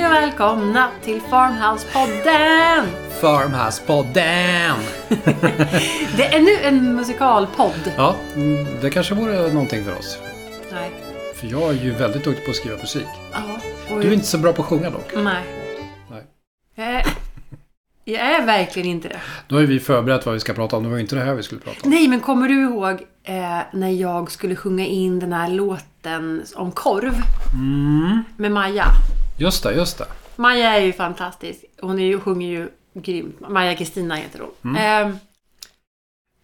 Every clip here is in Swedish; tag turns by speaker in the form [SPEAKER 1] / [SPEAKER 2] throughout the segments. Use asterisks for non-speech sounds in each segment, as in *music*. [SPEAKER 1] välkomna till Farmhouse-podden!
[SPEAKER 2] Farmhouse-podden!
[SPEAKER 1] Det är nu en musikalpodd.
[SPEAKER 2] Ja, mm, det kanske vore någonting för oss.
[SPEAKER 1] Nej.
[SPEAKER 2] För jag är ju väldigt duktig på att skriva musik.
[SPEAKER 1] Ja.
[SPEAKER 2] Du
[SPEAKER 1] Mm.
[SPEAKER 2] är inte så bra på att sjunga dock.
[SPEAKER 1] Nej.
[SPEAKER 2] Nej.
[SPEAKER 1] Jag är, jag är verkligen inte det.
[SPEAKER 2] Då har ju vi förberett vad vi ska prata om. Det var ju inte det här vi skulle prata om.
[SPEAKER 1] Nej, men kommer du ihåg eh, när jag skulle sjunga in den här låten om korv?
[SPEAKER 2] Mm.
[SPEAKER 1] Med Maja.
[SPEAKER 2] Just det, just det.
[SPEAKER 1] Maja är ju fantastisk. Hon är ju, sjunger ju grymt. Maja Kristina heter hon. Eh,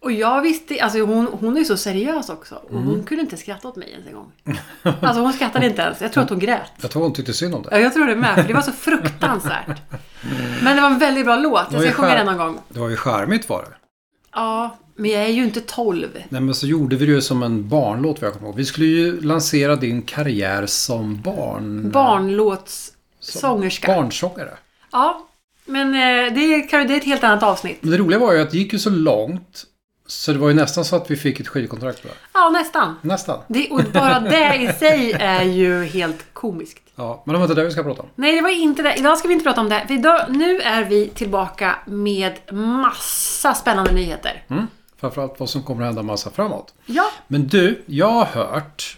[SPEAKER 1] och jag visste, alltså hon, hon är ju så seriös också. Och hon kunde inte skratta åt mig ens en gång. Alltså hon skrattade inte ens. Jag tror att hon grät.
[SPEAKER 2] Jag tror hon tyckte synd om det.
[SPEAKER 1] Ja, jag tror det med. För det var så fruktansvärt. Men det var en väldigt bra låt. Jag
[SPEAKER 2] var
[SPEAKER 1] ska
[SPEAKER 2] ju
[SPEAKER 1] sjunga
[SPEAKER 2] skär-
[SPEAKER 1] den någon gång.
[SPEAKER 2] Det var ju charmigt var det.
[SPEAKER 1] Ja, men jag är ju inte 12.
[SPEAKER 2] Nej men så gjorde vi det ju som en barnlåt vad jag kommer ihåg. Vi skulle ju lansera din karriär som barn...
[SPEAKER 1] Barnlåtssångerska.
[SPEAKER 2] Barnsångare.
[SPEAKER 1] Ja, men eh, det är, kan- det är ett helt annat avsnitt.
[SPEAKER 2] Men det roliga var ju att det gick ju så långt så det var ju nästan så att vi fick ett skivkontrakt. va?
[SPEAKER 1] Ja, nästan.
[SPEAKER 2] Nästan.
[SPEAKER 1] Det, och bara det i sig är ju helt komiskt.
[SPEAKER 2] Ja, men det var inte det vi ska prata om.
[SPEAKER 1] Nej, det var inte det. Idag ska vi inte prata om det. För idag, nu är vi tillbaka med massa spännande nyheter.
[SPEAKER 2] Mm. Framförallt vad som kommer att hända massa framåt.
[SPEAKER 1] Ja,
[SPEAKER 2] Men du, jag har hört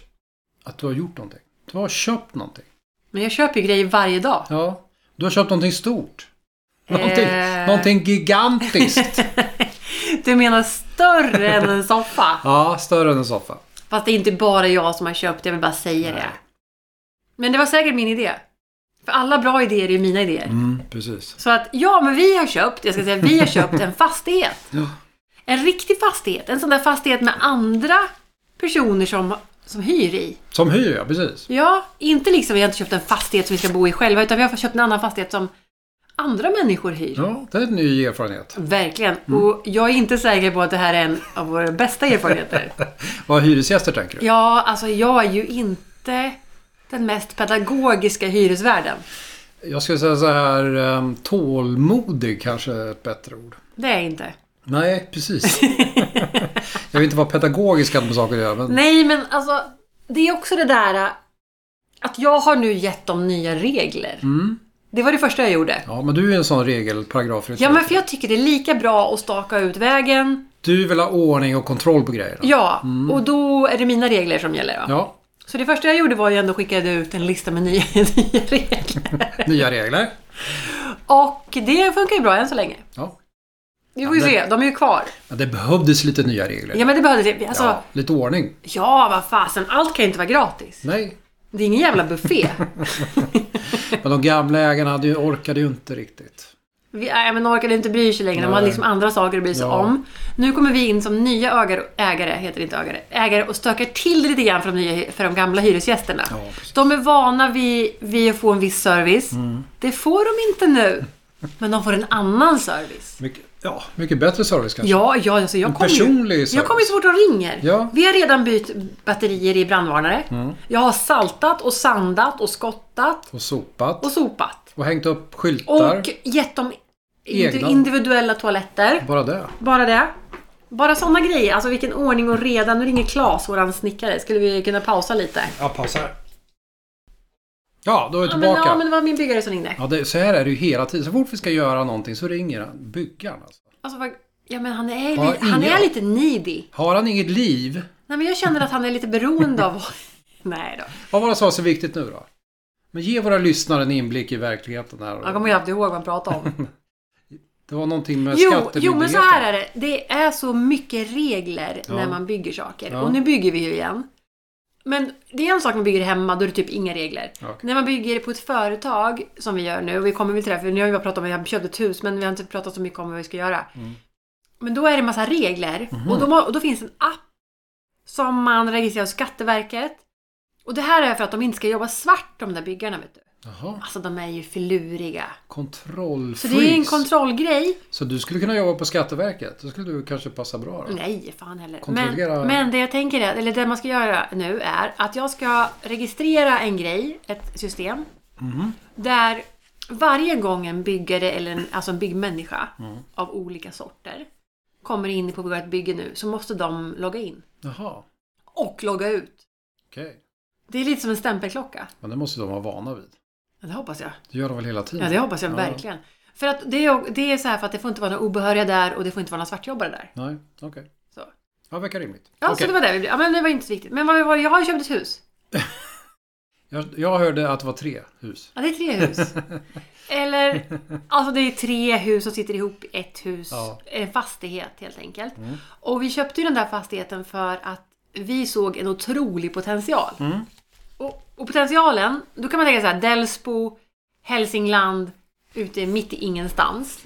[SPEAKER 2] att du har gjort någonting. Du har köpt någonting.
[SPEAKER 1] men jag köper ju grejer varje dag.
[SPEAKER 2] Ja. Du har köpt någonting stort. Någonting,
[SPEAKER 1] Eh.
[SPEAKER 2] någonting gigantiskt.
[SPEAKER 1] *laughs* Du menar större än en soffa?
[SPEAKER 2] Ja, större än en soffa.
[SPEAKER 1] Fast det är inte bara jag som har köpt, jag vill bara säga
[SPEAKER 2] Nej.
[SPEAKER 1] det. Men det var säkert min idé. För alla bra idéer är ju mina idéer.
[SPEAKER 2] Mm, precis.
[SPEAKER 1] Så att, ja men vi har köpt, jag ska säga vi har köpt en fastighet.
[SPEAKER 2] Ja.
[SPEAKER 1] En riktig fastighet. En sån där fastighet med andra personer som, som hyr i.
[SPEAKER 2] Som hyr, ja. Precis.
[SPEAKER 1] Ja, inte liksom vi har inte köpt en fastighet som vi ska bo i själva, utan vi har köpt en annan fastighet som andra människor hyr.
[SPEAKER 2] Ja, Mm. det är en ny erfarenhet.
[SPEAKER 1] Verkligen. Och jag är inte säker på att det här är en av våra
[SPEAKER 2] *laughs*
[SPEAKER 1] bästa erfarenheter.
[SPEAKER 2] Vad hyresgäster tänker du?
[SPEAKER 1] Ja, alltså jag är ju inte den mest pedagogiska hyresvärden.
[SPEAKER 2] Jag skulle säga så här, ehm, tålmodig kanske är ett bättre ord.
[SPEAKER 1] Det är jag inte.
[SPEAKER 2] Nej, precis.
[SPEAKER 1] *laughs*
[SPEAKER 2] jag vill inte vara pedagogisk med saker att göra, men
[SPEAKER 1] Nej, men alltså det är också det där äh, att jag har nu gett dem nya regler. Det var det första jag gjorde.
[SPEAKER 2] Mm. Ja, men du är ju en sån regelparagraf.
[SPEAKER 1] Ja, men för jag tycker det är lika bra att staka ut vägen.
[SPEAKER 2] Du vill ha ordning och kontroll på grejerna.
[SPEAKER 1] Ja,
[SPEAKER 2] Mm.
[SPEAKER 1] och då är det mina regler som gäller. Va?
[SPEAKER 2] Ja,
[SPEAKER 1] Så det första jag gjorde var ju ändå skickade ut en lista med nya, *laughs* nya regler.
[SPEAKER 2] nya regler.
[SPEAKER 1] Och det funkar ju bra än så länge.
[SPEAKER 2] Ja.
[SPEAKER 1] Vi får ju
[SPEAKER 2] Ja, men-
[SPEAKER 1] se, de är ju kvar.
[SPEAKER 2] Ja, det behövdes lite nya regler.
[SPEAKER 1] Ja, men det behövdes ju. Alltså,
[SPEAKER 2] Ja, lite ordning.
[SPEAKER 1] Ja, vad fasen. Allt kan ju inte vara gratis.
[SPEAKER 2] Nej.
[SPEAKER 1] Det är ingen
[SPEAKER 2] *laughs*
[SPEAKER 1] jävla buffé.
[SPEAKER 2] Men de gamla ägarna hade ju, orkade ju inte riktigt.
[SPEAKER 1] Vi, nej, men orkade inte bry sig längre. De
[SPEAKER 2] Nej.
[SPEAKER 1] hade liksom andra saker att bry sig
[SPEAKER 2] Ja.
[SPEAKER 1] om. Nu kommer vi in som nya ägare, ägare, heter det inte ägare, ägare och stökar till det lite grann för de, nya, för de gamla hyresgästerna.
[SPEAKER 2] Ja, precis. Mm.
[SPEAKER 1] de är vana vid, vid att få en viss service. Det får de inte nu. Men de får en annan service.
[SPEAKER 2] Mycket, ja, mycket bättre service kanske.
[SPEAKER 1] Ja, ja alltså jag kommer
[SPEAKER 2] personlig
[SPEAKER 1] ju... Jag
[SPEAKER 2] service.
[SPEAKER 1] kommer ju så fort de ringer.
[SPEAKER 2] Ja. Mm.
[SPEAKER 1] Vi har redan bytt batterier i brandvarnare. Jag har saltat och sandat och skottat
[SPEAKER 2] Och sopat.
[SPEAKER 1] och sopat.
[SPEAKER 2] Och hängt upp skyltar.
[SPEAKER 1] Och gett dem indi-
[SPEAKER 2] Egna.
[SPEAKER 1] individuella toaletter.
[SPEAKER 2] Bara det.
[SPEAKER 1] Bara det. Bara sådana grejer. Alltså vilken ordning och reda. Nu ringer Claes, våran snickare. Skulle vi kunna pausa lite?
[SPEAKER 2] Ja, pausar. Ja, då är vi
[SPEAKER 1] Ja men,
[SPEAKER 2] tillbaka.
[SPEAKER 1] ja, men det var min byggare som ringde.
[SPEAKER 2] Ja, det, så här är det ju hela tiden. Så fort vi ska göra någonting så ringer han. Byggaren alltså.
[SPEAKER 1] Alltså, vad- ja, men han är,
[SPEAKER 2] Ja,
[SPEAKER 1] li- han
[SPEAKER 2] ingen.
[SPEAKER 1] är lite needy.
[SPEAKER 2] Har han inget liv?
[SPEAKER 1] Nej, men jag känner att han är lite beroende av... *laughs* Nej då.
[SPEAKER 2] Vad var det som var så viktigt nu då? Men ge våra lyssnare en inblick i verkligheten
[SPEAKER 1] Han
[SPEAKER 2] här.
[SPEAKER 1] kommer ju knappt ihåg vad han pratade om.
[SPEAKER 2] Det var någonting med
[SPEAKER 1] Jo,
[SPEAKER 2] skattemyndigheten.
[SPEAKER 1] jo, men så här är det. Det är så mycket regler när man bygger saker.
[SPEAKER 2] Ja.
[SPEAKER 1] Och nu bygger vi ju igen. Men det är en sak man bygger hemma, då är det typ inga regler.
[SPEAKER 2] Okej.
[SPEAKER 1] När man bygger på ett företag, som vi gör nu, och vi kommer väl till det, här, för nu har vi bara pratat om att vi har köpt ett hus, men vi har inte pratat så mycket om vad vi ska göra.
[SPEAKER 2] Mm.
[SPEAKER 1] Men då är det en massa regler.
[SPEAKER 2] Mhm.
[SPEAKER 1] Och, då, må- och då finns en app som man registrerar hos Skatteverket. Och det här är för att de inte ska jobba svart, de där byggarna, vet du.
[SPEAKER 2] Jaha,
[SPEAKER 1] Alltså, de är ju för luriga. Så
[SPEAKER 2] kontrollfreeze.
[SPEAKER 1] det är en kontrollgrej.
[SPEAKER 2] Så du skulle kunna jobba på Skatteverket? Då skulle du kanske passa bra då?
[SPEAKER 1] Nej, fan heller.
[SPEAKER 2] Kontrollera-
[SPEAKER 1] Men, men det jag tänker är, eller det man ska göra nu är att jag ska registrera en grej, ett system,
[SPEAKER 2] Mhm.
[SPEAKER 1] där varje gång en byggare eller en, alltså en byggmänniska
[SPEAKER 2] Mm.
[SPEAKER 1] av olika sorter kommer in på vårt bygge nu så måste de logga in
[SPEAKER 2] Jaha,
[SPEAKER 1] och logga ut.
[SPEAKER 2] okej.
[SPEAKER 1] Det är lite som en stämpelklocka.
[SPEAKER 2] Men det måste de vara vana vid.
[SPEAKER 1] Ja, det hoppas jag.
[SPEAKER 2] Det gör de väl hela tiden?
[SPEAKER 1] Ja, det hoppas jag verkligen. För att det är, det är så här för att det får inte vara några obehöriga där och det får inte vara några svartjobbare där.
[SPEAKER 2] Nej, okej.
[SPEAKER 1] Så.
[SPEAKER 2] Ja, verkar rimligt.
[SPEAKER 1] Ja,
[SPEAKER 2] Okej.
[SPEAKER 1] så det var det vi blev. Ja, men det var inte så viktigt. Men vad, vad, jag har ju köpt ett hus.
[SPEAKER 2] jag, jag hörde att det var tre hus.
[SPEAKER 1] Ja, det är tre hus. Eller, alltså det är tre hus som sitter ihop i ett hus.
[SPEAKER 2] Ja.
[SPEAKER 1] En fastighet helt enkelt. Och vi köpte ju den där fastigheten för att vi såg en otrolig potential. Och, och potentialen, då kan man tänka så här, Delsbo, Hälsingland, ute mitt i ingenstans.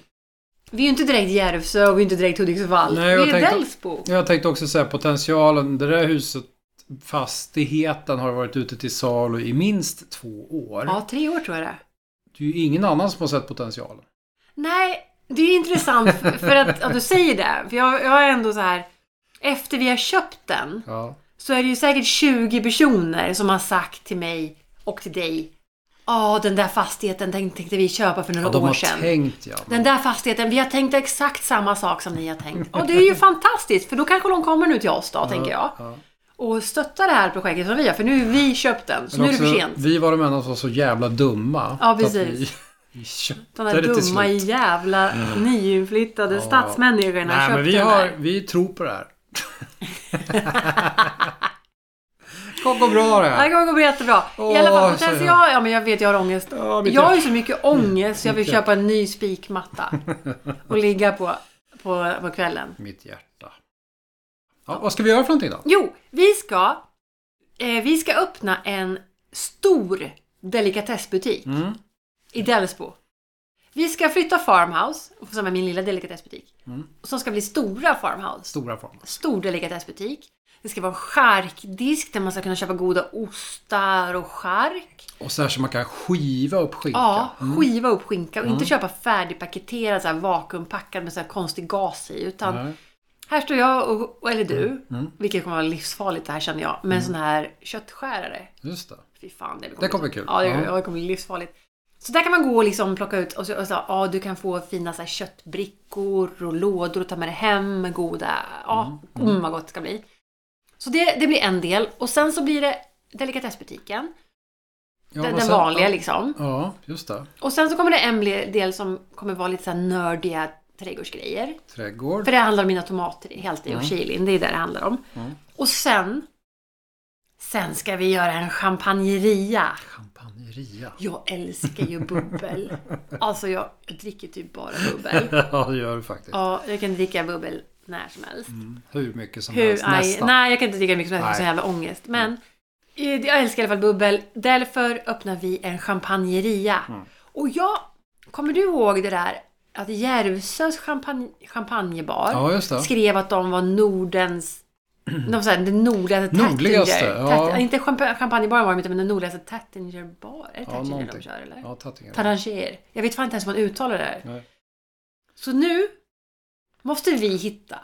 [SPEAKER 1] Vi är ju inte direkt Järvsö och vi är inte direkt Hudiksvall.
[SPEAKER 2] Nej,
[SPEAKER 1] vi
[SPEAKER 2] jag
[SPEAKER 1] är
[SPEAKER 2] tänkte-
[SPEAKER 1] Delsbo.
[SPEAKER 2] Jag tänkte också säga potentialen. Det där huset, fastigheten, har varit ute till salu i minst två år.
[SPEAKER 1] Ja, tre år tror jag det är.
[SPEAKER 2] Det är ju ingen annan som har sett potentialen.
[SPEAKER 1] Nej, det är intressant för- för att, att du säger det. För jag, jag är ändå så här. Efter vi har köpt den
[SPEAKER 2] Ja.
[SPEAKER 1] så är det ju säkert 20 personer som har sagt till mig och till dig. Ja, den där fastigheten den tänkte vi köpa för några
[SPEAKER 2] Ja, de
[SPEAKER 1] år
[SPEAKER 2] har
[SPEAKER 1] sedan.
[SPEAKER 2] tänkt ja.
[SPEAKER 1] Den där fastigheten, vi har tänkt exakt samma sak som ni har tänkt. Och det är ju fantastiskt, för då kanske de kommer nu till oss då, tänker jag.
[SPEAKER 2] Ja.
[SPEAKER 1] Och stöttar det här projektet som vi har, för nu har vi köpt den. Så nu är det för
[SPEAKER 2] Också,
[SPEAKER 1] sent.
[SPEAKER 2] Vi var de enda som var så jävla dumma.
[SPEAKER 1] Ja,
[SPEAKER 2] så att
[SPEAKER 1] precis.
[SPEAKER 2] *laughs* Vi, vi köpte
[SPEAKER 1] De där
[SPEAKER 2] det till
[SPEAKER 1] dumma
[SPEAKER 2] slut.
[SPEAKER 1] jävla nyinflyttade
[SPEAKER 2] Ja.
[SPEAKER 1] stadsmänniskorna
[SPEAKER 2] Nej, men
[SPEAKER 1] köpte
[SPEAKER 2] vi,
[SPEAKER 1] den
[SPEAKER 2] har,
[SPEAKER 1] där.
[SPEAKER 2] vi tror på det
[SPEAKER 1] *laughs*
[SPEAKER 2] här. Det kommer gå bra det
[SPEAKER 1] Ja. Det
[SPEAKER 2] här.
[SPEAKER 1] kommer gå jättebra. I
[SPEAKER 2] Åh,
[SPEAKER 1] alla fall
[SPEAKER 2] säger
[SPEAKER 1] potential. Ja, men jag vet, jag har ångest.
[SPEAKER 2] Ja, mitt
[SPEAKER 1] Jag har ju så mycket ångest så jag vill
[SPEAKER 2] Mitt hjärta.
[SPEAKER 1] köpa en
[SPEAKER 2] *laughs*
[SPEAKER 1] ny spikmatta. Och ligga på, på, på kvällen.
[SPEAKER 2] Mitt hjärta. Ja, vad ska vi göra för någonting då?
[SPEAKER 1] Jo, vi ska, eh, vi ska öppna en stor delikatessbutik
[SPEAKER 2] Mm.
[SPEAKER 1] i Delsbo. Vi ska flytta Farmhouse, som är min lilla delikatessbutik.
[SPEAKER 2] Mm.
[SPEAKER 1] Som ska bli stora Farmhouse.
[SPEAKER 2] Stora former.
[SPEAKER 1] stor delikatessbutik. Det ska vara charkdisk där man ska kunna köpa goda ostar och chark.
[SPEAKER 2] Och så här som man kan skiva upp skinka. Mm.
[SPEAKER 1] Ja, skiva upp skinka och inte köpa färdigpaketerad, så här vakuumpackad med så här konstig gas i. Utan
[SPEAKER 2] Nej. Mm.
[SPEAKER 1] här står jag, och, och- eller du, vilket kommer vara livsfarligt det här känner jag, med en sån här köttskärare.
[SPEAKER 2] Just det.
[SPEAKER 1] Fy fan, det kommer,
[SPEAKER 2] Mm. Det kommer bli kul.
[SPEAKER 1] Ja, det,
[SPEAKER 2] Ja.
[SPEAKER 1] ja, det kommer bli livsfarligt. Så där kan man gå och liksom plocka ut och, så, och så, ja, du kan få fina så här, köttbrickor och lådor och ta med dig hem med goda, ja, mm, vad gott det ska bli. Så det, det blir en del och sen så blir det delikatessbutiken,
[SPEAKER 2] Ja,
[SPEAKER 1] den,
[SPEAKER 2] och
[SPEAKER 1] den
[SPEAKER 2] sen-
[SPEAKER 1] vanliga liksom.
[SPEAKER 2] Ja, just det.
[SPEAKER 1] Och sen så kommer det en ble- del som kommer vara lite så här nördiga trädgårdsgrejer.
[SPEAKER 2] Trädgård.
[SPEAKER 1] För det handlar om mina tomater helt i och chilin, det är det det handlar om.
[SPEAKER 2] Mm.
[SPEAKER 1] Och sen, sen ska vi göra en champagneria.
[SPEAKER 2] Champagneria. *laughs*
[SPEAKER 1] Jag älskar ju bubbel. Alltså jag dricker typ bara bubbel.
[SPEAKER 2] ja, det gör du faktiskt.
[SPEAKER 1] Ja, jag kan dricka bubbel när som helst.
[SPEAKER 2] Hur mycket som
[SPEAKER 1] Hur,
[SPEAKER 2] helst.
[SPEAKER 1] aj,
[SPEAKER 2] Nästan.
[SPEAKER 1] nej, jag kan inte dricka mycket som helst, jag har
[SPEAKER 2] Nej. Mm.
[SPEAKER 1] sån jävla ångest. Men eh, jag älskar i alla fall bubbel. Därför öppnar vi en champagneria.
[SPEAKER 2] Mm.
[SPEAKER 1] Och jag, kommer du ihåg det där att Järvsös champagne, champagnebar
[SPEAKER 2] Ja, just det.
[SPEAKER 1] skrev att de
[SPEAKER 2] *clears throat*
[SPEAKER 1] var Nordens de så här, den nordligaste
[SPEAKER 2] Nordligaste,
[SPEAKER 1] Tattinger.
[SPEAKER 2] ja.
[SPEAKER 1] Tatt- Inte champa- champagnebaren var de inte, men den nordligaste Tattinger-bar. Är det
[SPEAKER 2] Ja,
[SPEAKER 1] Tattinger de
[SPEAKER 2] någonting.
[SPEAKER 1] kör eller?
[SPEAKER 2] Ja, Tattinger.
[SPEAKER 1] Taranger. Jag vet fan inte ens hur man uttalar det här.
[SPEAKER 2] Nej.
[SPEAKER 1] Så nu måste vi hitta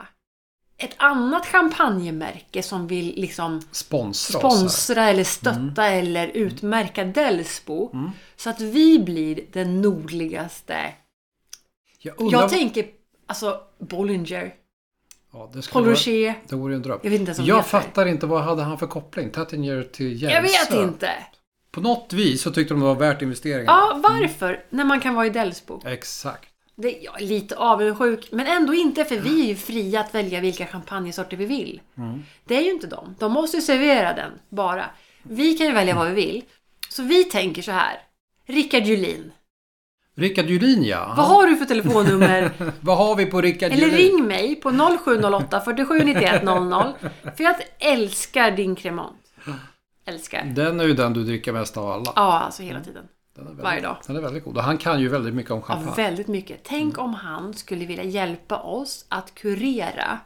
[SPEAKER 1] ett annat champagnemärke som vill liksom
[SPEAKER 2] Sponsra oss
[SPEAKER 1] sponsra eller stötta eller utmärka Delsbo.
[SPEAKER 2] Mm.
[SPEAKER 1] Så att vi blir den nordligaste.
[SPEAKER 2] här. Jag
[SPEAKER 1] Jag
[SPEAKER 2] undrar...
[SPEAKER 1] tänker alltså Bollinger,
[SPEAKER 2] ja, det,
[SPEAKER 1] Paul
[SPEAKER 2] skulle vara...
[SPEAKER 1] Rocher.
[SPEAKER 2] det vore ju en dröm.
[SPEAKER 1] Jag vet inte ens vad de
[SPEAKER 2] Jag
[SPEAKER 1] heter.
[SPEAKER 2] fattar inte, vad hade han för koppling? Tattinger till Järvsö?
[SPEAKER 1] Jag vet inte.
[SPEAKER 2] På något vis så tyckte de det var värt investeringen.
[SPEAKER 1] Ja, varför? När man kan vara i Delsbo.
[SPEAKER 2] Exakt.
[SPEAKER 1] Det, jag är lite avundsjuk, men ändå inte för vi är ju fria att välja vilka champagnesorter vi vill. Det är ju inte de. De måste ju servera den, bara. Vi kan ju välja vad vi vill. Så vi tänker så här. Rickard Julin,
[SPEAKER 2] Rickard Julin ja.
[SPEAKER 1] vad har du för *laughs* telefonnummer?
[SPEAKER 2] *laughs* Vad har vi på Rickard
[SPEAKER 1] Eller
[SPEAKER 2] Julin?
[SPEAKER 1] ring mig på 0708 47 91 00. För jag älskar din Cremant. Älskar.
[SPEAKER 2] Den är ju den du dricker mest av alla.
[SPEAKER 1] Ja, alltså hela tiden.
[SPEAKER 2] Den är väldigt,
[SPEAKER 1] varje dag.
[SPEAKER 2] Den är väldigt god. Och han kan ju väldigt mycket om
[SPEAKER 1] Ja, Mm.
[SPEAKER 2] champagne.
[SPEAKER 1] väldigt mycket. Tänk om han skulle vilja hjälpa oss att kurera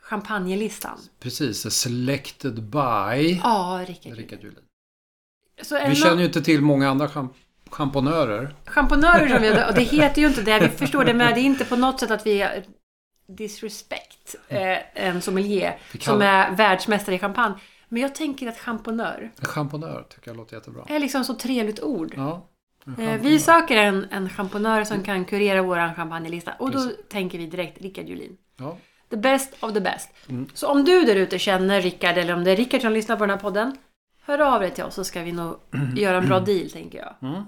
[SPEAKER 1] champagnelistan.
[SPEAKER 2] Mm. Precis. Selected by
[SPEAKER 1] Ja, Rickard.
[SPEAKER 2] Rickard Julin.
[SPEAKER 1] Så är
[SPEAKER 2] Vi
[SPEAKER 1] det
[SPEAKER 2] känner
[SPEAKER 1] någon
[SPEAKER 2] ju inte till många andra champ- champonörer. *laughs*
[SPEAKER 1] champonörer som vi och det heter ju inte det, vi förstår det, men det är inte på något sätt att vi är disrespect eh, en sommelier
[SPEAKER 2] Vi kan-
[SPEAKER 1] som är världsmästare i champagne. Men jag tänker att champonör
[SPEAKER 2] En champonör tycker jag låter jättebra.
[SPEAKER 1] är liksom så trevligt ord.
[SPEAKER 2] Ja. en
[SPEAKER 1] Eh,
[SPEAKER 2] champonör.
[SPEAKER 1] Vi söker en, en champonör som kan kurera vår champagnelista och då tänker vi direkt Rickard Julin.
[SPEAKER 2] Ja.
[SPEAKER 1] The best of the best.
[SPEAKER 2] Mm.
[SPEAKER 1] Så om du där ute känner Rickard, eller om det
[SPEAKER 2] *clears throat*
[SPEAKER 1] är Rickard som lyssnar på den här podden, hör av dig till oss så ska vi nog göra en bra deal, tänker jag.
[SPEAKER 2] Mm.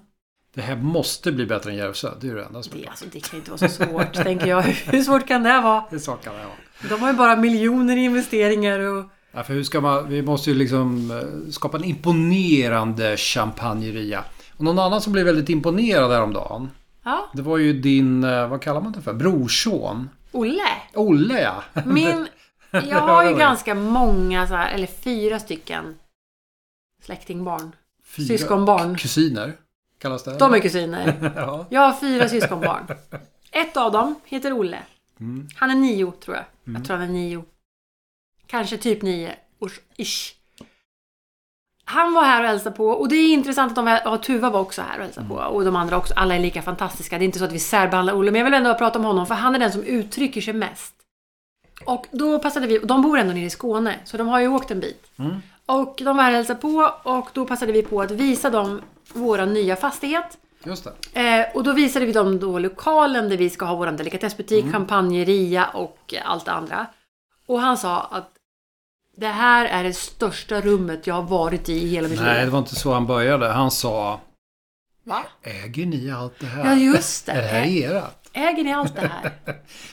[SPEAKER 2] Det här måste bli bättre än Järvsö. Det är ju det enda som är
[SPEAKER 1] Det,
[SPEAKER 2] klart.
[SPEAKER 1] alltså, det kan ju inte vara så svårt, tänker jag. *laughs* Hur svårt kan det vara?
[SPEAKER 2] Det saknar jag.
[SPEAKER 1] De har ju bara miljoner i investeringar och...
[SPEAKER 2] Ja, för hur ska man, vi måste ju liksom eh, skapa en imponerande champagneria. Och någon annan som blev väldigt imponerad häromdagen.
[SPEAKER 1] Ja,
[SPEAKER 2] Det var ju din, eh, vad kallar man det för, brorson?
[SPEAKER 1] Olle!
[SPEAKER 2] Olle ja!
[SPEAKER 1] Min...
[SPEAKER 2] *laughs*
[SPEAKER 1] Jag har ju ganska många så här, eller fyra stycken släktingbarn.
[SPEAKER 2] Fyra
[SPEAKER 1] Syskonbarn.
[SPEAKER 2] Kusiner kallas det.
[SPEAKER 1] De är kusiner.
[SPEAKER 2] *laughs* ja.
[SPEAKER 1] Jag har fyra syskonbarn. Ett av dem heter Olle.
[SPEAKER 2] Mm.
[SPEAKER 1] Han är nio, tror jag. Jag tror han är nio. Kanske typ nio års ish. Han var här och hälsade på och det är intressant att de här, och Tuva var också här och hälsade på. Och de andra också. Alla är lika fantastiska. Det är inte så att vi särbehandlar Olle. Men jag vill ändå prata om honom för han är den som uttrycker sig mest. Och då passade vi, och de bor ändå nere i Skåne så de har ju åkt en bit.
[SPEAKER 2] Mm.
[SPEAKER 1] Och de var här och hälsade på och då passade vi på att visa dem vår nya fastighet.
[SPEAKER 2] Just det.
[SPEAKER 1] Eh, och då visade vi dem då lokalen där vi ska ha vår delikatessbutik,
[SPEAKER 2] Mm.
[SPEAKER 1] champagneria och allt det andra. Och han sa att det här är det största rummet jag har varit i i hela mitt
[SPEAKER 2] Nej,
[SPEAKER 1] liv.
[SPEAKER 2] det var inte så han började. Han sa,
[SPEAKER 1] Va?
[SPEAKER 2] äger ni allt det här?
[SPEAKER 1] Ja, just det.
[SPEAKER 2] Är det här erat?
[SPEAKER 1] Äger ni allt det här?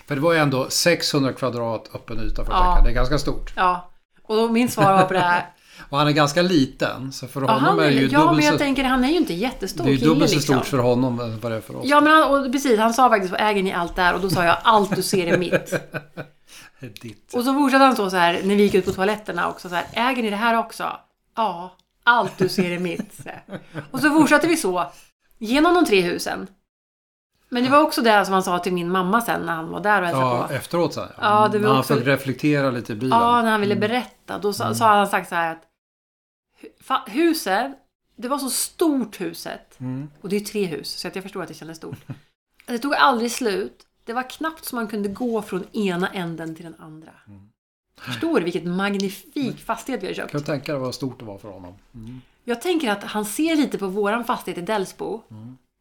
[SPEAKER 2] För det var ju ändå 600 kvadrat öppen yta för att
[SPEAKER 1] Ja.
[SPEAKER 2] tänka. Det är ganska stort.
[SPEAKER 1] Ja. Och då min svar var på
[SPEAKER 2] *laughs*
[SPEAKER 1] det här.
[SPEAKER 2] Och han är ganska liten. Så för
[SPEAKER 1] Ja,
[SPEAKER 2] honom
[SPEAKER 1] han
[SPEAKER 2] är
[SPEAKER 1] är,
[SPEAKER 2] det ju
[SPEAKER 1] ja men
[SPEAKER 2] dubbelt
[SPEAKER 1] jag
[SPEAKER 2] så
[SPEAKER 1] tänker han är ju inte jättestor
[SPEAKER 2] Det är ju
[SPEAKER 1] kille
[SPEAKER 2] dubbelt så
[SPEAKER 1] liksom.
[SPEAKER 2] stort för honom än vad det är för oss.
[SPEAKER 1] Ja men han, och precis, han sa faktiskt äger ni allt det här? Och då sa jag allt du ser är mitt.
[SPEAKER 2] Ditt.
[SPEAKER 1] Och så fortsatte han så, så här när vi gick ut på toaletterna också så här, äger ni det här också? Ja, allt du ser är mitt. Så här. Och så fortsatte vi så, genom de tre husen. Men det var också det som han sa till min mamma sen när han var där och hälsade
[SPEAKER 2] Ja,
[SPEAKER 1] på.
[SPEAKER 2] efteråt sen.
[SPEAKER 1] Ja, det var
[SPEAKER 2] han
[SPEAKER 1] också-
[SPEAKER 2] fick reflektera lite i Mm. bilen.
[SPEAKER 1] Ja, när han ville berätta. Då sa, så hade han sagt så här att hu- fa- huset, det var så stort huset.
[SPEAKER 2] Mm.
[SPEAKER 1] Och det är ju tre hus, så att jag förstår att det kändes stort. *laughs* Det tog aldrig slut. Det var knappt som man kunde gå från ena änden till den andra. Förstår du vilket magnifik fastighet vi har köpt?
[SPEAKER 2] Mm. Kan du tänka dig vad stort det var för honom?
[SPEAKER 1] Jag tänker att han ser lite på våran fastighet i Delsbo.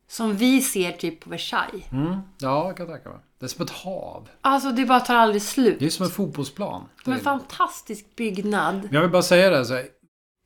[SPEAKER 1] Som vi ser typ på Versailles.
[SPEAKER 2] Mm. Ja, jag kan tänka mig. Det är som ett hav.
[SPEAKER 1] Alltså det bara tar aldrig slut.
[SPEAKER 2] Det är som en fotbollsplan. där
[SPEAKER 1] Men
[SPEAKER 2] inne.
[SPEAKER 1] fantastisk byggnad.
[SPEAKER 2] Men Jag vill bara säga det. Så här,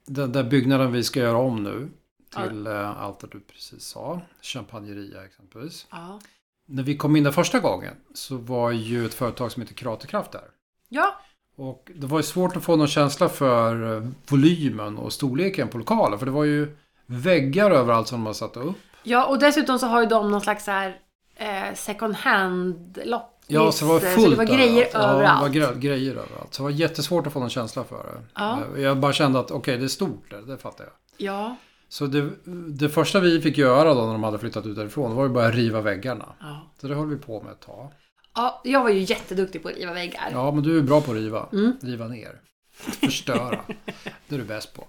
[SPEAKER 2] den där byggnaden vi ska göra om nu. Till eh, allt det du precis sa. Champagneria exempelvis.
[SPEAKER 1] Ja.
[SPEAKER 2] När vi kom in där första gången så var ju ett företag som heter Kraterkraft där.
[SPEAKER 1] Ja.
[SPEAKER 2] Och det var ju svårt att få någon känsla för eh, volymen och storleken på lokalen. För det var ju väggar överallt som de har satt upp.
[SPEAKER 1] ja, och dessutom så har ju de någon slags så här eh, second hand loppis.
[SPEAKER 2] Ja, så det var
[SPEAKER 1] eh,
[SPEAKER 2] fullt
[SPEAKER 1] Så det var grejer
[SPEAKER 2] överallt. Ja,
[SPEAKER 1] överallt.
[SPEAKER 2] det var gre- grejer överallt. Så det var jättesvårt att få någon känsla för det.
[SPEAKER 1] Ja.
[SPEAKER 2] Eh, Jag bara kände att okej, det är stort där, det fattar jag.
[SPEAKER 1] ja.
[SPEAKER 2] Så det, det första vi fick göra då när de hade flyttat ut därifrån var ju bara att riva väggarna.
[SPEAKER 1] Ja.
[SPEAKER 2] Så det höll vi på med ett tag.
[SPEAKER 1] ja. Jag var ju jätteduktig på att riva väggar.
[SPEAKER 2] Ja, men du är bra på att riva.
[SPEAKER 1] Mm.
[SPEAKER 2] Riva ner. Förstöra. det är du bäst på.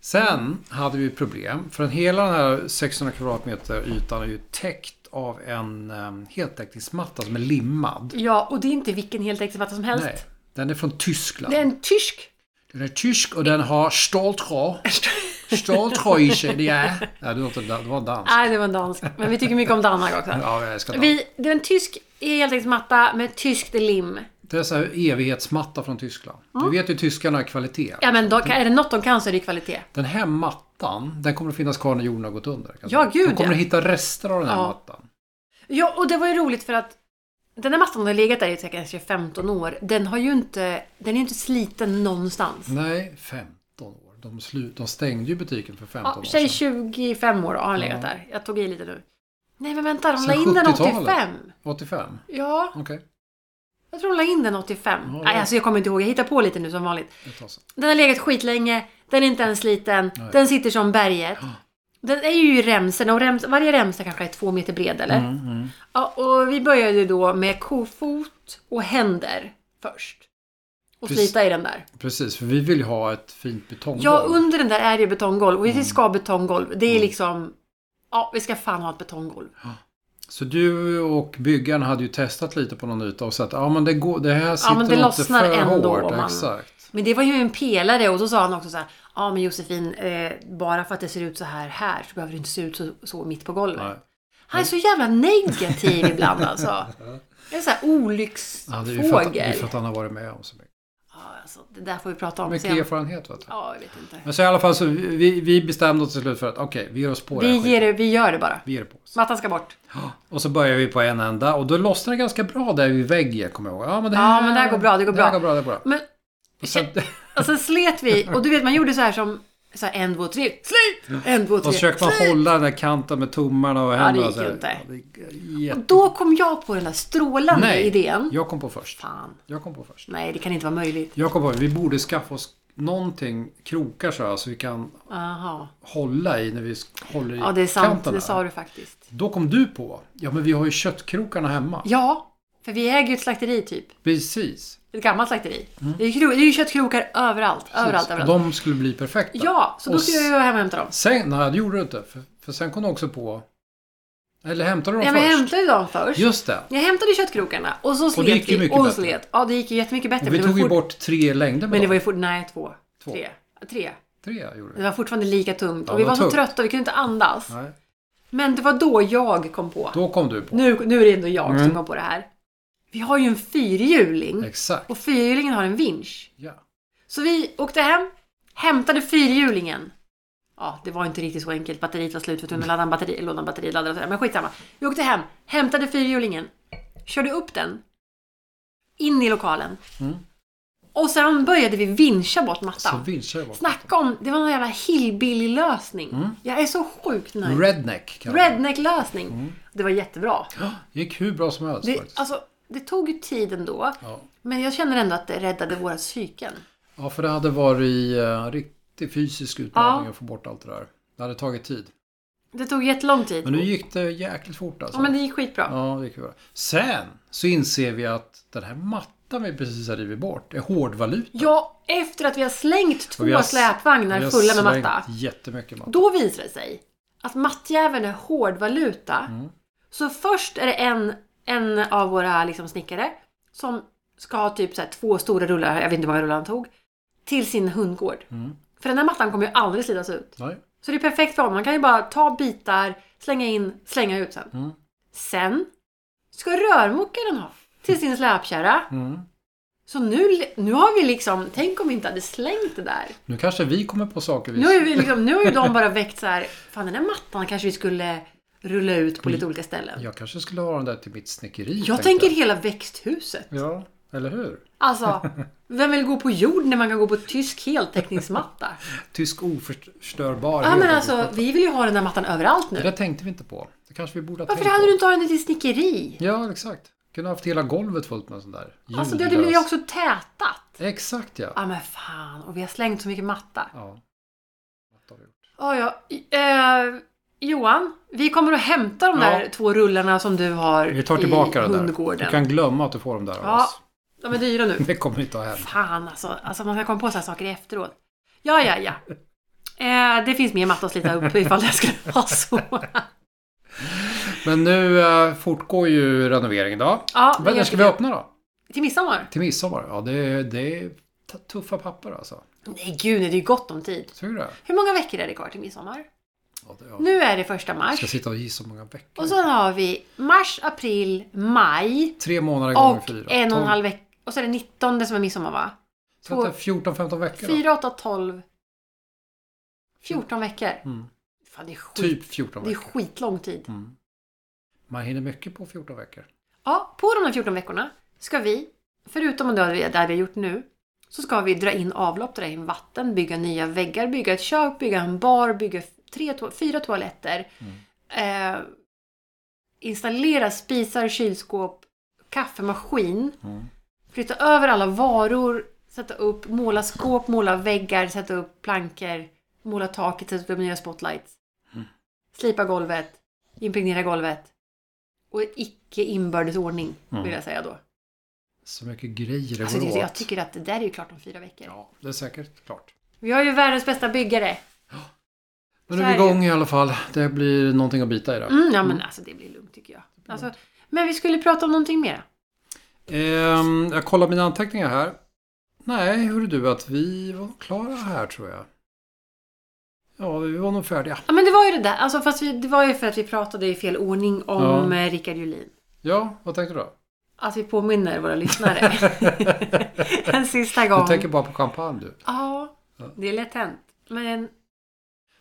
[SPEAKER 2] Sen hade vi problem. För den hela den här 600 kvadratmeter ytan är ju täckt av en um, heltäckningsmatta som är limmad.
[SPEAKER 1] Ja, och det är inte vilken heltäckningsmatta som helst.
[SPEAKER 2] Nej, den är från Tyskland.
[SPEAKER 1] Det är en tysk.
[SPEAKER 2] Den är tysk och den har ståltråd. Ståltråd i sig, det är... Ja, det låter- det var dans.
[SPEAKER 1] Nej, det var en dansk. Men vi tycker mycket om Danmark också.
[SPEAKER 2] Ja, jag ska ta.
[SPEAKER 1] Ah. Vi, det är en tysk heltäckningsmatta med tyskt lim.
[SPEAKER 2] Det är så här evighetsmatta från Tyskland. Du vet ju tyskarna är kvalitet.
[SPEAKER 1] Ja men då, är det något de kan så är det kvalitet.
[SPEAKER 2] Den här mattan, den kommer att finnas kvar när jorden har gått under. kan jag
[SPEAKER 1] Ja,
[SPEAKER 2] säga.
[SPEAKER 1] gud,
[SPEAKER 2] De kommer
[SPEAKER 1] ja.
[SPEAKER 2] att hitta rester av den här
[SPEAKER 1] Ja.
[SPEAKER 2] mattan.
[SPEAKER 1] Ja och det var ju roligt för att den här mattan har legat där i kanske 15 år. Den har ju inte, den är ju inte sliten någonstans.
[SPEAKER 2] Nej, 15 år. De, slu- de stängde ju butiken för 15
[SPEAKER 1] Ja,
[SPEAKER 2] år
[SPEAKER 1] säg
[SPEAKER 2] sedan.
[SPEAKER 1] 25 år då har den legat
[SPEAKER 2] Ja.
[SPEAKER 1] där. Jag tog i lite nu. Nej men vänta, de
[SPEAKER 2] Sen
[SPEAKER 1] la in den
[SPEAKER 2] 70-talet.
[SPEAKER 1] 85.
[SPEAKER 2] 85?
[SPEAKER 1] Ja,
[SPEAKER 2] Okej,
[SPEAKER 1] jag tror de la in den 85.
[SPEAKER 2] Ja,
[SPEAKER 1] Nej
[SPEAKER 2] ja.
[SPEAKER 1] alltså jag kommer inte ihåg, jag hittar på lite nu som vanligt.
[SPEAKER 2] det tar sig.
[SPEAKER 1] Den har legat skitlänge, den är inte ens sliten,
[SPEAKER 2] Nej.
[SPEAKER 1] den sitter som berget.
[SPEAKER 2] Ja.
[SPEAKER 1] Den är ju i remsorna och rems, varje remsa kanske är två meter bred eller?
[SPEAKER 2] Mm, mm.
[SPEAKER 1] Ja, och vi började då med kofot och händer först. Och
[SPEAKER 2] Precis.
[SPEAKER 1] slita i den där.
[SPEAKER 2] Precis, för vi vill ju ha ett fint betonggolv.
[SPEAKER 1] Ja, under den där är det ju betonggolv. Och
[SPEAKER 2] Mm.
[SPEAKER 1] vi ska ha betonggolv. Det är liksom... Ja, vi ska fan ha ett betonggolv.
[SPEAKER 2] Så du och byggaren hade ju testat lite på någon yta och sett att ah, men det, går, det här sitter
[SPEAKER 1] men det
[SPEAKER 2] nog
[SPEAKER 1] lossnar
[SPEAKER 2] inte för
[SPEAKER 1] ändå
[SPEAKER 2] hårt.
[SPEAKER 1] om man-
[SPEAKER 2] Exakt.
[SPEAKER 1] Men det var ju en pelare och så sa han också så här. Ja, men Josefin, eh, bara för att det ser ut så här här så behöver det inte se ut så, så mitt på golvet.
[SPEAKER 2] Nej.
[SPEAKER 1] Han är så jävla negativ
[SPEAKER 2] *laughs*
[SPEAKER 1] ibland alltså. Det är så här
[SPEAKER 2] Ja, det är ju för att, det
[SPEAKER 1] olycksfågel.
[SPEAKER 2] är för att han har varit med om så mycket.
[SPEAKER 1] Ja, alltså, det där får vi prata om
[SPEAKER 2] Mycket
[SPEAKER 1] sen.
[SPEAKER 2] erfarenhet vet du.
[SPEAKER 1] Ja, jag vet inte.
[SPEAKER 2] Men så i alla fall så vi, vi bestämde oss till slut för att okej, vi ger oss på det
[SPEAKER 1] Vi,
[SPEAKER 2] här skiten.
[SPEAKER 1] ger, det- vi gör det bara.
[SPEAKER 2] Vi ger det på oss.
[SPEAKER 1] Mattan ska bort.
[SPEAKER 2] Och så börjar vi på en ända och då lossnar det ganska bra där vid väggen kommer jag ihåg. Ja men det här,
[SPEAKER 1] Ja, men det här går bra, det går
[SPEAKER 2] Det här
[SPEAKER 1] bra.
[SPEAKER 2] går bra, det går bra.
[SPEAKER 1] Men
[SPEAKER 2] Och sen,
[SPEAKER 1] och sen slet vi och du vet man gjorde så här som så här, en, två, tre, slit! En, två,
[SPEAKER 2] och så
[SPEAKER 1] tre,
[SPEAKER 2] försöker man
[SPEAKER 1] slit!
[SPEAKER 2] hålla den där kanten med tummarna och
[SPEAKER 1] det
[SPEAKER 2] händerna.
[SPEAKER 1] gick
[SPEAKER 2] så här.
[SPEAKER 1] ju inte.
[SPEAKER 2] Ja, det gick jätte-
[SPEAKER 1] Då kom jag på den där strålande
[SPEAKER 2] Nej,
[SPEAKER 1] idén.
[SPEAKER 2] jag kom på först.
[SPEAKER 1] Fan,
[SPEAKER 2] Jag kom på först.
[SPEAKER 1] nej det kan inte vara möjligt.
[SPEAKER 2] Jag kom på vi borde skaffa oss någonting, krokar så här, så vi kan
[SPEAKER 1] Aha.
[SPEAKER 2] hålla i när vi sk- håller i
[SPEAKER 1] Ja, det är sant.
[SPEAKER 2] kanterna.
[SPEAKER 1] Det sa du faktiskt.
[SPEAKER 2] Då kom du på, ja men vi har ju köttkrokarna hemma.
[SPEAKER 1] Ja, för vi äger ju ett slakteri typ.
[SPEAKER 2] Precis.
[SPEAKER 1] Ett gammalt slakteri.
[SPEAKER 2] Mm.
[SPEAKER 1] Det, är, kro- det är ju köttkrokar överallt. Överallt,
[SPEAKER 2] Och
[SPEAKER 1] överallt.
[SPEAKER 2] De skulle bli perfekta.
[SPEAKER 1] Ja, så då
[SPEAKER 2] Och
[SPEAKER 1] ska jag ju hem och hämta dem.
[SPEAKER 2] Sen, nej det gjorde du inte. För, för sen kom du också på... Eller hämtade du
[SPEAKER 1] Nej,
[SPEAKER 2] dem
[SPEAKER 1] men jag
[SPEAKER 2] först?
[SPEAKER 1] hämtade ju dem först.
[SPEAKER 2] Just det.
[SPEAKER 1] Jag hämtade köttkrokarna och så slet
[SPEAKER 2] gick ju
[SPEAKER 1] vi.
[SPEAKER 2] mycket
[SPEAKER 1] och
[SPEAKER 2] bättre.
[SPEAKER 1] slet. Ja, det gick ju jättemycket bättre.
[SPEAKER 2] Och vi
[SPEAKER 1] men det var
[SPEAKER 2] tog ju
[SPEAKER 1] fort-
[SPEAKER 2] bort tre längder med
[SPEAKER 1] Men det
[SPEAKER 2] dem.
[SPEAKER 1] var ju fort... Nej, två.
[SPEAKER 2] Två.
[SPEAKER 1] Tre. Tre.
[SPEAKER 2] Tre gjorde
[SPEAKER 1] Det
[SPEAKER 2] vi.
[SPEAKER 1] var fortfarande lika tungt.
[SPEAKER 2] Ja,
[SPEAKER 1] och vi
[SPEAKER 2] det var
[SPEAKER 1] var så
[SPEAKER 2] tungt.
[SPEAKER 1] trötta, vi kunde inte andas.
[SPEAKER 2] Nej.
[SPEAKER 1] Men det var då jag kom på.
[SPEAKER 2] Då kom du på.
[SPEAKER 1] Nu, nu är det ändå jag som
[SPEAKER 2] Mm.
[SPEAKER 1] kom på det här. Vi har ju en fyrhjuling.
[SPEAKER 2] Exakt.
[SPEAKER 1] Och fyrhjulingen har en vinsch.
[SPEAKER 2] Ja.
[SPEAKER 1] Så vi åkte hem, hämtade fyrhjulingen. Ja, det var inte riktigt så enkelt. Batteriet var slut för att ladda en batteri, låna en batteriladdare och sådär. Men skitsamma. Vi åkte hem, hämtade fyrhjulingen, körde upp den, in i lokalen.
[SPEAKER 2] Mm.
[SPEAKER 1] Och sen började vi vinscha bort
[SPEAKER 2] Så
[SPEAKER 1] mattan.
[SPEAKER 2] vinschade jag bort.
[SPEAKER 1] Snacka om, det var någon jävla hillbilly-lösning.
[SPEAKER 2] Mm.
[SPEAKER 1] Jag är så sjukt nöjd.
[SPEAKER 2] Redneck kallade vi det.
[SPEAKER 1] Redneck-lösning. Det var jättebra.
[SPEAKER 2] Mm. Ja, gick hur bra som helst
[SPEAKER 1] Det,
[SPEAKER 2] faktiskt.
[SPEAKER 1] alltså, det tog ju tid ändå.
[SPEAKER 2] Ja.
[SPEAKER 1] Men jag känner ändå att det räddade våra psyken.
[SPEAKER 2] ja, för det hade varit en riktig fysisk utmaning
[SPEAKER 1] Ja.
[SPEAKER 2] att få bort allt det där. Det hade tagit tid.
[SPEAKER 1] Det tog jättelång tid.
[SPEAKER 2] Men nu gick det jäkligt fort alltså.
[SPEAKER 1] Ja, men det gick skitbra.
[SPEAKER 2] Ja, det gick bra. Sen så inser vi att den här mattan vi precis har rivit bort är hårdvaluta.
[SPEAKER 1] Ja, efter att vi har slängt två
[SPEAKER 2] Och vi har-
[SPEAKER 1] släpvagnar
[SPEAKER 2] Vi har
[SPEAKER 1] fulla med
[SPEAKER 2] slängt
[SPEAKER 1] matta.
[SPEAKER 2] Jättemycket matta.
[SPEAKER 1] Då visar det sig att mattjäveln är hårdvaluta.
[SPEAKER 2] Mm.
[SPEAKER 1] Så först är det en, en av våra liksom snickare som ska ha typ så här två stora rullar, jag vet inte hur många rullar han tog, till sin hundgård.
[SPEAKER 2] Mm.
[SPEAKER 1] För den här mattan kommer ju aldrig slitas ut.
[SPEAKER 2] Nej.
[SPEAKER 1] Så det är perfekt för honom. Man kan ju bara ta bitar, slänga in, slänga ut sen.
[SPEAKER 2] Mm.
[SPEAKER 1] Sen ska rörmokaren ha till sin släpkärra.
[SPEAKER 2] Mm.
[SPEAKER 1] Så nu, nu har vi liksom, tänk om vi inte hade slängt det där.
[SPEAKER 2] Nu kanske vi kommer på saker vi...
[SPEAKER 1] Nu har, vi liksom, nu har ju de *laughs* bara väckt så här, fan den där mattan kanske vi skulle rulla ut på lite olika ställen.
[SPEAKER 2] Jag kanske skulle ha den där till mitt snickeri.
[SPEAKER 1] Jag
[SPEAKER 2] tänkte
[SPEAKER 1] tänker hela växthuset.
[SPEAKER 2] jag. Ja, eller hur?
[SPEAKER 1] *laughs* Alltså, vem vill gå på jord när man kan gå på tysk heltäckningsmatta? *laughs*
[SPEAKER 2] Tysk oförstörbarhet.
[SPEAKER 1] Ja men alltså, vi vill ju ha den där mattan överallt
[SPEAKER 2] Det
[SPEAKER 1] nu.
[SPEAKER 2] där tänkte vi inte på. Det kanske vi borde ha
[SPEAKER 1] Varför
[SPEAKER 2] tänkt
[SPEAKER 1] hade
[SPEAKER 2] på.
[SPEAKER 1] du inte tagit den till snickeri?
[SPEAKER 2] Ja, exakt. Kunde ha haft hela golvet fullt med sånt där.
[SPEAKER 1] Alltså det hade
[SPEAKER 2] Ljudlös.
[SPEAKER 1] blivit också Ah. tätat.
[SPEAKER 2] Exakt ja.
[SPEAKER 1] Ja men fan, och vi har slängt så mycket matta.
[SPEAKER 2] Ja. Matta har vi gjort.
[SPEAKER 1] Ja, ja. Eh, Johan, vi kommer att hämta de
[SPEAKER 2] Ja.
[SPEAKER 1] där två rullarna som du har
[SPEAKER 2] Vi tar tillbaka
[SPEAKER 1] i
[SPEAKER 2] den där.
[SPEAKER 1] hundgården.
[SPEAKER 2] Du kan glömma att du får dem där av
[SPEAKER 1] Ja.
[SPEAKER 2] oss. *laughs*
[SPEAKER 1] De är dyra nu.
[SPEAKER 2] Det kommer inte att hända.
[SPEAKER 1] Fan alltså, alltså man kan komma på sådana saker i efteråt. Ja, ja, ja. Eh, det finns mer matta att
[SPEAKER 2] *laughs*
[SPEAKER 1] slita upp ifall det skulle vara så.
[SPEAKER 2] Men nu eh, fortgår ju renoveringen då.
[SPEAKER 1] Ja, det
[SPEAKER 2] Men
[SPEAKER 1] gör
[SPEAKER 2] när ska
[SPEAKER 1] det.
[SPEAKER 2] vi öppna då?
[SPEAKER 1] Till midsommar?
[SPEAKER 2] Till midsommar? Ja, det är, det är t- tuffa papper alltså.
[SPEAKER 1] Nej, gud, nej, det är ju gott om tid.
[SPEAKER 2] Tror du det?
[SPEAKER 1] Hur många veckor är det kvar till midsommar?
[SPEAKER 2] Ja, det ja.
[SPEAKER 1] Nu är det första
[SPEAKER 2] Ska
[SPEAKER 1] mars.
[SPEAKER 2] sitta och gissa hur många veckor.
[SPEAKER 1] Och så har vi mars, april, maj
[SPEAKER 2] Tre månader gånger
[SPEAKER 1] och
[SPEAKER 2] fyra.
[SPEAKER 1] en och en
[SPEAKER 2] Tolv-
[SPEAKER 1] halv vecka. Och så är det 19 som är midsommar, va?
[SPEAKER 2] så att det är 14-15 veckor då.
[SPEAKER 1] 4, 8, 12. 14 veckor.
[SPEAKER 2] Mm.
[SPEAKER 1] Fan, det är, skit,
[SPEAKER 2] Typ 14
[SPEAKER 1] det är
[SPEAKER 2] veckor.
[SPEAKER 1] skitlång tid.
[SPEAKER 2] Mm. Man hinner mycket på 14 veckor.
[SPEAKER 1] Ja, på de här 14 veckorna ska vi, förutom det vi, det vi har gjort nu, så ska vi dra in avlopp, dra in vatten, bygga nya väggar, bygga ett kök, bygga en bar, bygga tre, to- fyra toaletter. Eh, installera spisar, kylskåp, kaffemaskin.
[SPEAKER 2] Mm.
[SPEAKER 1] Flytta över alla varor, sätta upp, måla skåp, måla väggar, sätta upp plankor, måla taket, sätta upp nya spotlights. Slipa golvet, impregnera golvet. Och icke inbördes ordning,
[SPEAKER 2] Mm.
[SPEAKER 1] vill jag säga då.
[SPEAKER 2] Så mycket grejer det
[SPEAKER 1] Alltså,
[SPEAKER 2] går
[SPEAKER 1] det,
[SPEAKER 2] åt.
[SPEAKER 1] jag tycker att det där är ju klart om fyra veckor.
[SPEAKER 2] Ja, det är säkert klart.
[SPEAKER 1] Vi har ju världens bästa byggare.
[SPEAKER 2] Men nu
[SPEAKER 1] Så
[SPEAKER 2] är vi
[SPEAKER 1] är det ju.
[SPEAKER 2] igång i alla fall. Det blir någonting att bita i då.
[SPEAKER 1] Mm, ja, men alltså det blir lugnt tycker jag. Alltså, men vi skulle prata om någonting mer.
[SPEAKER 2] Ehm, jag kollar mina anteckningar här. Nej, hörru du att vi var klara här tror jag. Ja, vi var nog färdiga.
[SPEAKER 1] Ja, men det var ju det där. Alltså, fast vi, det var ju för att vi pratade i fel ordning om ja. eh, Rickard Julin.
[SPEAKER 2] Ja, vad tänkte du då?
[SPEAKER 1] att vi påminner
[SPEAKER 2] *laughs*
[SPEAKER 1] våra lyssnare. en sista gång.
[SPEAKER 2] Du tänker bara på champagne du.
[SPEAKER 1] Ja, det är lätt hänt. Men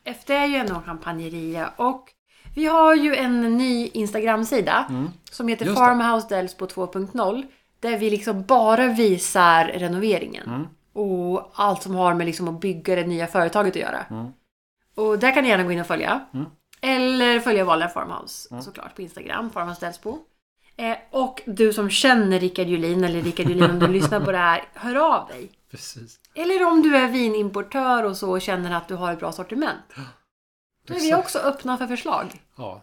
[SPEAKER 1] efter är ju ändå champagneria och vi har ju en ny Instagram-sida
[SPEAKER 2] Mm.
[SPEAKER 1] som heter
[SPEAKER 2] Just det.
[SPEAKER 1] Farmhouse Delsbo 2.0 där vi liksom bara visar
[SPEAKER 2] Mm.
[SPEAKER 1] renoveringen och allt som har med liksom att bygga det nya företaget att göra.
[SPEAKER 2] Mm.
[SPEAKER 1] Och där kan ni gärna gå in och följa. Eller följa Valner Farmhouse
[SPEAKER 2] Mm.
[SPEAKER 1] såklart på Instagram, Farmhouse Delsbo. Eh, och du som känner Rickard Julin, eller Rickard Julin om du *laughs* lyssnar på det här, hör av dig.
[SPEAKER 2] Precis.
[SPEAKER 1] Eller om du är vinimportör och så och känner att du har ett bra sortiment. Då är vi
[SPEAKER 2] Exakt.
[SPEAKER 1] också öppna för förslag.
[SPEAKER 2] Ja.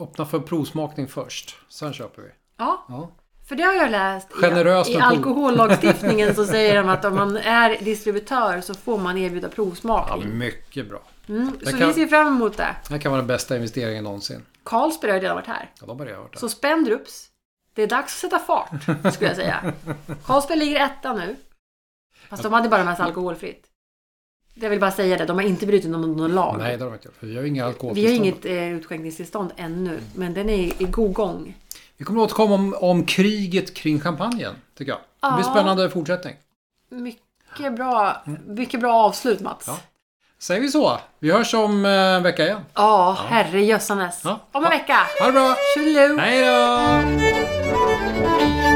[SPEAKER 2] Öppna för provsmakning först. Sen köper vi.
[SPEAKER 1] Ja,
[SPEAKER 2] Ja.
[SPEAKER 1] för det har jag läst i,
[SPEAKER 2] Generöst
[SPEAKER 1] i
[SPEAKER 2] med prov.
[SPEAKER 1] alkohollagstiftningen så säger de att
[SPEAKER 2] *laughs*
[SPEAKER 1] om man är distributör så får man erbjuda
[SPEAKER 2] ja
[SPEAKER 1] provsmakning.
[SPEAKER 2] mycket bra.
[SPEAKER 1] Mm,
[SPEAKER 2] det
[SPEAKER 1] så
[SPEAKER 2] kan-
[SPEAKER 1] vi ser fram emot det.
[SPEAKER 2] Det här kan vara den bästa investeringen någonsin.
[SPEAKER 1] Carlsberg har ju redan varit här.
[SPEAKER 2] Ja, de har redan hört det.
[SPEAKER 1] Så Spendrups, det är dags att sätta fart skulle jag säga.
[SPEAKER 2] *laughs*
[SPEAKER 1] Carlsberg ligger etta nu. Fast de hade bara mest alkoholfritt. Jag vill bara säga det, de har inte brutit någon, någon lag.
[SPEAKER 2] Nej, det Mm. har de inte gjort. för Vi har ju inga
[SPEAKER 1] Vi har
[SPEAKER 2] alkoholtillstånd.
[SPEAKER 1] inget eh, utskänkningstillstånd ännu, men den är i god gång.
[SPEAKER 2] Vi kommer att återkomma om, om kriget kring champagnen, tycker jag. Det blir
[SPEAKER 1] Ja.
[SPEAKER 2] spännande fortsättning.
[SPEAKER 1] Mycket bra, mycket bra avslut Mats.
[SPEAKER 2] Mm. Ja. Säger vi så. Vi hörs om eh, en vecka igen.
[SPEAKER 1] Ja, herrejösses.
[SPEAKER 2] Ja.
[SPEAKER 1] Om en vecka!
[SPEAKER 2] Ha det bra!
[SPEAKER 1] Tjolou!
[SPEAKER 2] Hej då!